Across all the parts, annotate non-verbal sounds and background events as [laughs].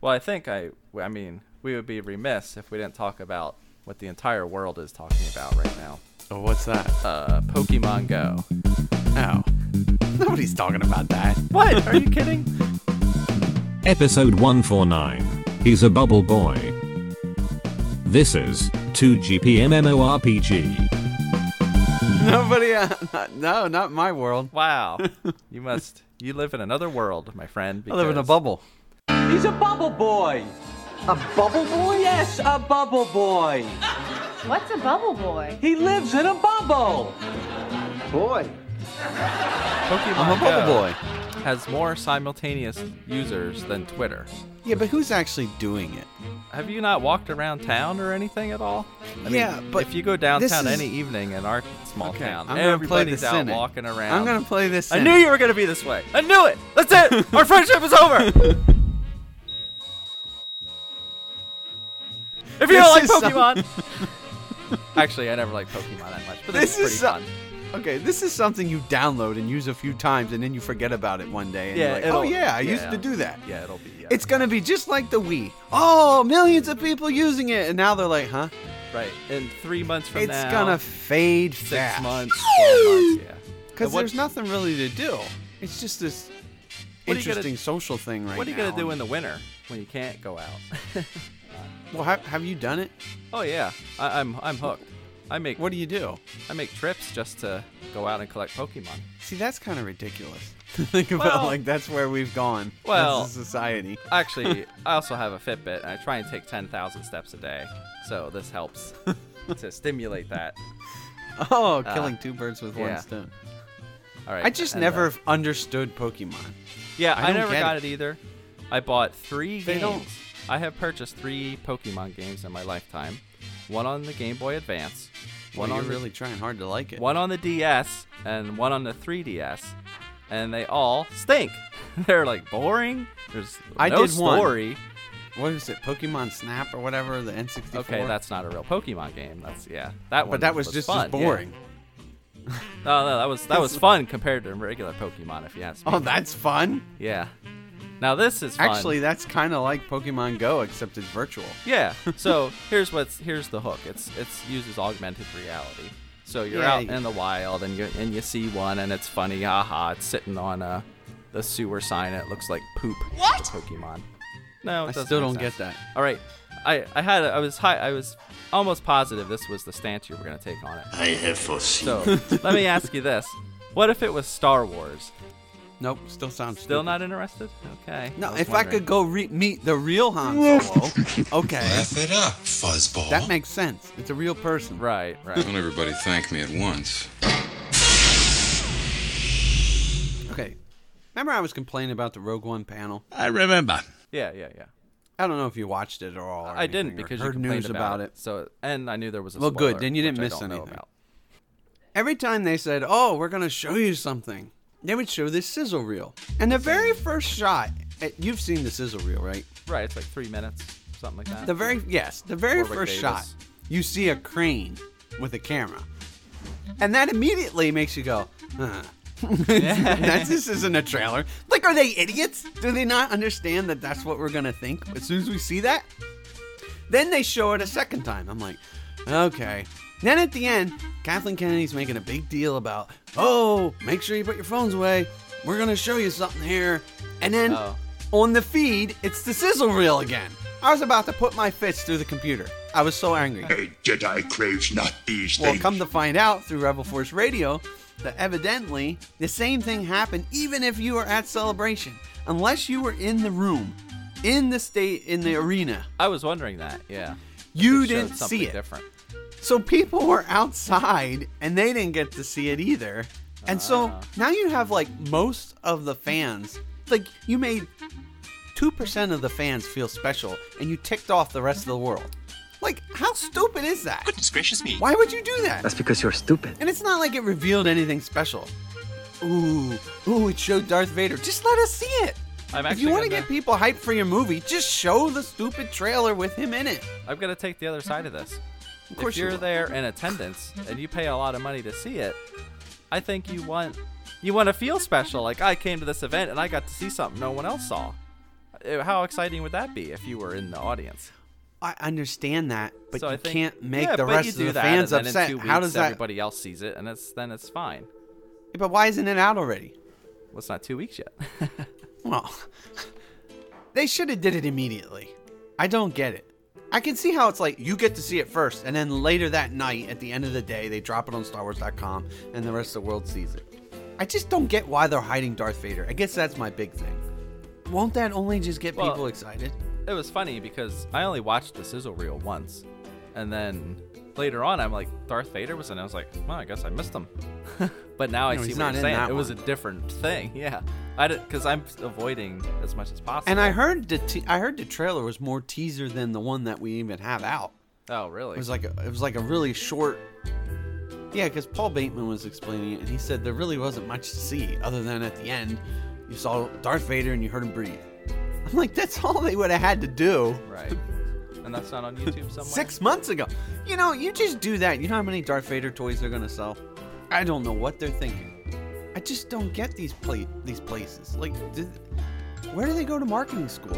Well, I think I, I mean, we would be remiss if we didn't talk about what the entire world is talking about right now. Oh, what's that? Uh, Pokemon Go. Oh. Nobody's talking about that. What? Are you kidding? Episode 149. He's a bubble boy. This is 2GPMMORPG. [laughs] Nobody. Uh, not, no, not my world. Wow. you must, you live in another world, my friend. I live in a because- bubble. He's a bubble boy. A bubble boy? Yes, a bubble boy. What's a bubble boy? He lives in a bubble. Boy. Pokemon I'm a bubble Go boy. Has more simultaneous users than Twitter. Yeah, but who's actually doing it? Have you not walked around town or anything at all? yeah, but if you go this downtown is- any evening in our small Okay, town, I'm gonna play everybody's this out in it. walking around. I'm gonna play this. I in knew it. you were gonna be this way. I knew it. That's it. [laughs] Our friendship is over. If you This don't like is some- Pokemon, [laughs] actually, I never liked Pokemon that much, but this, is This is pretty fun. some- Okay, this is something you download and use a few times, and then you forget about it one day. And Yeah, you're like, it'll- oh yeah, I used yeah. to do that. Yeah, it'll be. Uh, It's gonna be just like the Wii. Oh, millions of people using it, and now they're like, huh? right in three months from it's now. gonna fade six fast. [gasps] months, four months. Yeah. Because What- there's nothing really to do. It's just What this are you gonna- interesting social thing right What are you now. gonna do in the winter when you can't go out? [laughs] Well, have, have you done it? oh yeah, I, I'm I'm hooked. I make What do you do? I make trips just to go out and collect Pokemon. See, that's kind of ridiculous. [laughs] To think about Well- like that's where we've gone Well- as [laughs] a society. Actually, I also have a Fitbit, and I try and take 10,000 steps a day. So this helps [laughs] to stimulate that. Oh, killing two birds with Uh, yeah. one stone. All right. I just and, never uh, f- understood Pokemon. yeah, I I, don't never get got it. it. either. I bought three They games. don't- I have purchased three Pokemon games in my lifetime. One on the Game Boy Advance, Well, one you're on the really trying hard to like [laughs] it. one on the DS, and one on the 3DS, and they all stink. [laughs] They're like boring. There's I no did one. story. What is it? Pokemon Snap or whatever the N64. Okay, that's not a real Pokemon game. That's yeah. That one. But that was, just as fun, yeah. boring. [laughs] No, no, that was that was fun compared to regular Pokemon, if you ask me. Oh, that's fun. yeah. Now this is fun. Actually, that's kind of like Pokemon Go, except it's virtual. yeah. [laughs] So here's what's here's the hook. It's it's uses augmented reality. So you're Yeah, out you- in the wild and you and you see one and it's funny. Haha! It's sitting on a the sewer sign. and It looks like poop. What? Pokemon. No, it I doesn't still make don't get sense. that. All right. I, I had a, I was high, I was almost positive this was the stance you were gonna take on it. I have foreseen. So let me ask you this: What if it was Star Wars? Nope, still sounds Still stupid. not interested? Okay. No, was if I wondering. could go re- meet the real Han Solo, okay, F it up, fuzzball. that makes sense. It's a real [laughs] person. Right, [laughs] right. Don't everybody thank me at once. Okay. Remember, I was complaining about the Rogue One panel. I remember. Yeah, yeah, yeah. I don't know if you watched it at all. Or I didn't anything, or because you heard complained news about, it. So, and I knew there was a Well, good, spoiler, then you didn't which I miss don't know anything. about. Every time they said, "Oh, we're gonna show you something," they would show this sizzle reel, and the very first shot. eh, You've seen the sizzle reel, right? Right, it's like three minutes, something like that. The very yes, the very Warwick first Davis. shot, you see a crane with a camera, and that immediately makes you go, huh. [laughs] that's, "This isn't a trailer." Like, are they idiots? Do they not understand that that's what we're gonna think as soon as we see that? Then they show it a second time. I'm like, okay. Then at the end, Kathleen Kennedy's making a big deal about, oh, make sure you put your phones away. We're gonna show you something here. And then Oh. on the feed, it's the sizzle reel again. I was about to put my fist through the computer. I was so angry. Hey, Jedi craves not these Well, things. come to find out through Rebel Force Radio that evidently the same thing happened even if you were at Celebration. Unless you were in the room, in the state, in the arena, I was wondering that. Yeah. you It showed didn't something see it. Different. So people were outside and they didn't get to see it either. And so now you have like most of the fans, like you made 2% of the fans feel special and you ticked off the rest of the world. Like, how stupid is that? Goodness gracious me. Why would you do that? That's because you're stupid. And it's not like it revealed anything special. Ooh, ooh, it showed Darth Vader. Just let us see it. I'm if actually you want to gonna- get people hyped for your movie, just show the stupid trailer with him in it. I'm gonna take the other side of this. Of course if you you're will. there in attendance and you pay a lot of money to see it, I think you want you want to feel special. Like I came to this event and I got to see something no one else saw. uh, how exciting would that be if you were in the audience? I understand that, but So I you think- can't make yeah, the but rest you of do the that, fans and then upset. In two weeks, How does that? Everybody else sees it, and it's then it's fine. Yeah, But why isn't it out already? Well, it's not two weeks yet. [laughs] Well, [laughs] they should have did it immediately. I don't get it. I can see how it's like you get to see it first, and then later that night, at the end of the day, they drop it on StarWars.com, and the rest of the world sees it. I just don't get why they're hiding Darth Vader. I guess that's my big thing. Won't that only just get Well- people excited? it was funny because I only watched the sizzle reel once, and then later on, I'm like, Darth Vader was, in it. I was like, well, I guess I missed him. [laughs] but now I No, see he's what not in you're saying. It that was a one. different thing. [laughs] Yeah, I because I'm avoiding as much as possible. And I heard the te- I heard the trailer was more teaser than the one that we even have out. oh really? It was like a, it was like a really short. Yeah, because Paul Bateman was explaining it, and he said there really wasn't much to see other than at the end, you saw Darth Vader and you heard him breathe. I'm like, that's all they would have had to do right, and that's not on YouTube somewhere. six months ago. You know, you just do that. You know how many Darth Vader toys they're gonna sell? I don't know what they're thinking. I just don't get these pla- these places. Like, did, where do they go to marketing school?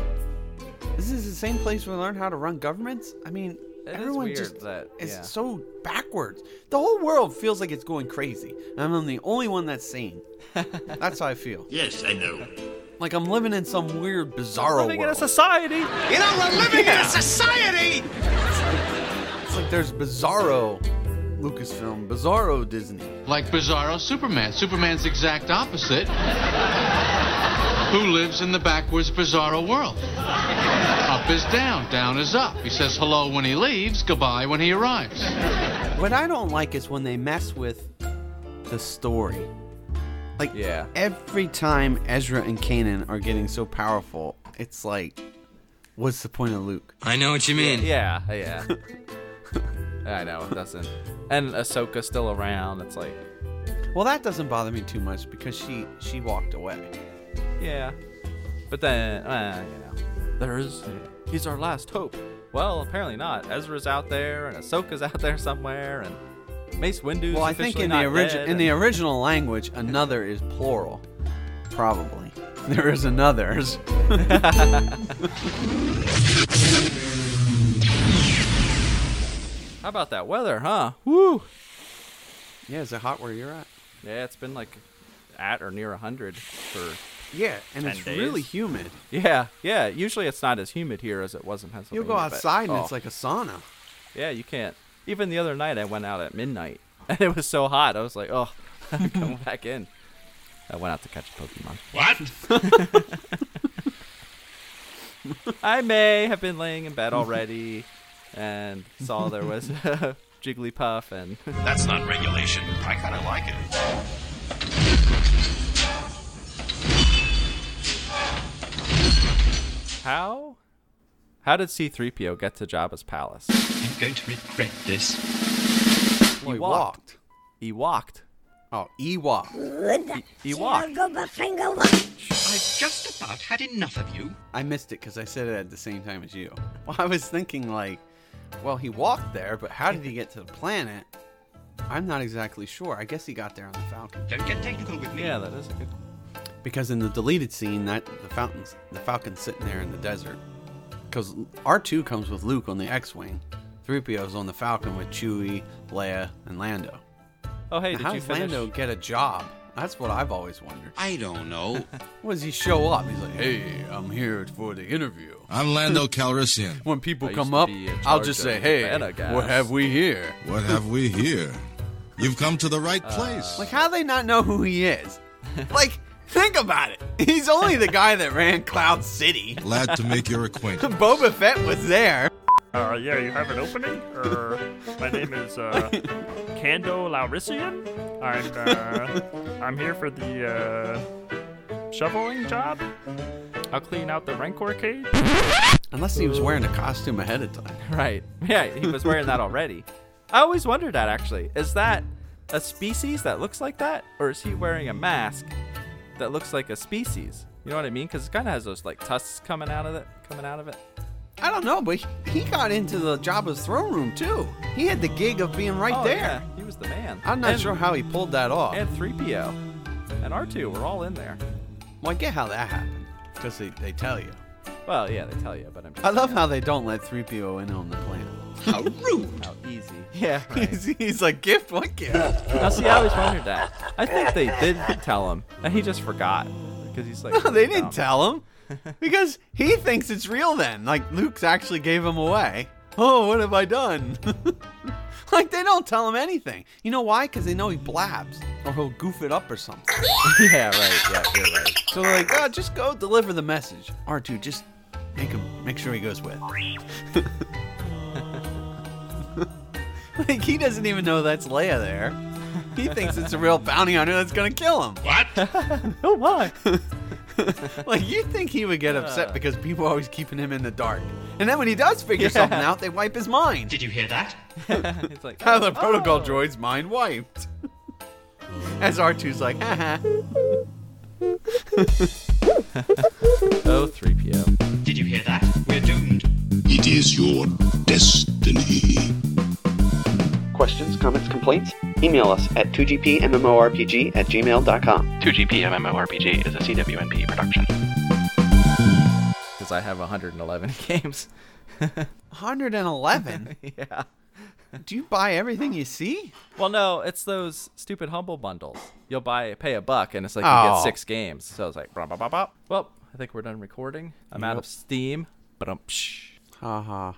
This is the same place we learn how to run governments. I mean, It is everyone weird just that- is yeah. so backwards. The whole world feels like it's going crazy, and I'm the only one [laughs] that's sane. that's how I feel. Yes, I know. Like I'm living in some weird, bizarro living in a world. society. You know, we're living in a society. It's like there's Bizarro Lucasfilm, Bizarro Disney. Like Bizarro Superman. Superman's the exact opposite. Who lives in the backwards Bizarro world? Up is down, down is up. He says hello when he leaves, goodbye when he arrives. What I don't like is when they mess with the story. Like Yeah. every time Ezra and Kanan are getting so powerful, it's like what's the point of Luke? I know what you mean. Yeah, yeah. [laughs] I know it doesn't. And Ahsoka's still around. It's like, Well, that doesn't bother me too much because she she walked away. yeah. But then, uh, you know, there's he's our last hope. Well, apparently not. Ezra's out there, and Ahsoka's [laughs] out there somewhere, and Mace Windu's. Well, I officially think in the not original dead, in the and- original language, another is plural. Probably. [laughs] There is another's. How about that weather, huh? Woo. Yeah, is it hot where you're at? Yeah, it's been like at or near hundred for. Yeah, and it's days. really humid. Yeah, yeah. Usually it's not as humid here as it was in You'll Pennsylvania. go but- outside and oh. it's like a sauna. Yeah, you can't. Even the other night, I went out at midnight, [laughs] and it was so hot. I was like, oh, [laughs] I'm coming back in. I went out to catch a Pokemon. What? [laughs] I may have been laying in bed already, and saw there was a [laughs] Jigglypuff, and [laughs] That's not regulation. I kind of like it. how? How did C-3PO get to Jabba's palace? I'm going to regret this. Well, Ewok. he walked. He walked. Oh, Ewok. He walked. I've just about had enough of you. I missed it because I said it at the same time as you. [laughs] Well, I was thinking like, well, he walked there, but how did he get to the planet? I'm not exactly sure. I guess he got there on the Falcon Don't get technical with me. Yeah, that is a good. because in the deleted scene, that the Falcon's the Falcon's sitting there in the desert. Because R2 comes with Luke on the X-wing, 3PO's on the Falcon with Chewie, Leia, and Lando. Oh hey, Now, did how you does [laughs] finish? Lando get a job? That's what I've always wondered. I don't know. What does he show up? He's like, hey, I'm here for the interview. [laughs] I'm Lando Calrissian. when people I used come to up, be in I'll charge just of say, the "Hey, Havana gas." what have we here?" What have we here? You've come to the right place. Like, how they not know who he [laughs] is? like, think about it. He's only the guy that ran Cloud City. Glad to make your acquaintance. Boba Fett was there. Uh, yeah, you have an opening? Or my name is uh, Kando Laurician. I'm uh, I'm here for the uh, shoveling job. I'll clean out the Rancor cage. Unless he was wearing a costume ahead of time. Right. Yeah, he was wearing that already. I always wondered that actually. Is that a species that looks like that, or is he wearing a mask that looks like a species? You know what I mean? Because it kind of has those like tusks coming out of it, coming out of it. I don't know, but he- he got into the Jabba's throne room too. He had the gig of being right Oh, there. yeah, he was the man. I'm not And- sure how he pulled that off. And 3PO and R2 were all in there. well, I get how that happened because they, they tell you. Well, yeah, they tell you, but I'm just I love how they don't let 3PO in on the plan. how rude. How easy. Yeah, [laughs] right. [laughs] He's, he's like, gift? What gift? Now, see, I always wondered that. I think [laughs] they did tell him, and he just forgot because he's like. No, [laughs] they "Oh, didn't tell him because he thinks it's real. Then, like Luke's actually gave him away. Oh, what have I done? [laughs] like they don't tell him anything. You know why? Because they know he blabs or he'll goof it up or something. yeah, right. Yeah, you're right. So they're like, oh, just go deliver the message. R two, just make him make sure he goes with. [laughs] like he doesn't even know that's Leia there. He thinks it's a real bounty hunter that's gonna kill him. Oh, why? like you think he would get upset because people are always keeping him in the dark and then when he does figure something out they wipe his mind [laughs] Did you hear that? It's like how the protocol droid's mind wiped as r2's like "Uh-huh. haha oh, three p.m. Did you hear that? We're doomed. It is your destiny. Questions, comments, complaints? Email us at 2gpmmorpg at gmail.com. 2GP MMORPG is a CWNP production. Because I have 111 [laughs] games. [laughs] 111 yeah. do you buy everything you see Well, no, it's those stupid humble bundles. You'll buy, pay a buck, and it's like you Oh. get six games. So I was like, blah, blah, blah, blah. well, I think we're done recording. I'm out of Steam. But um, haha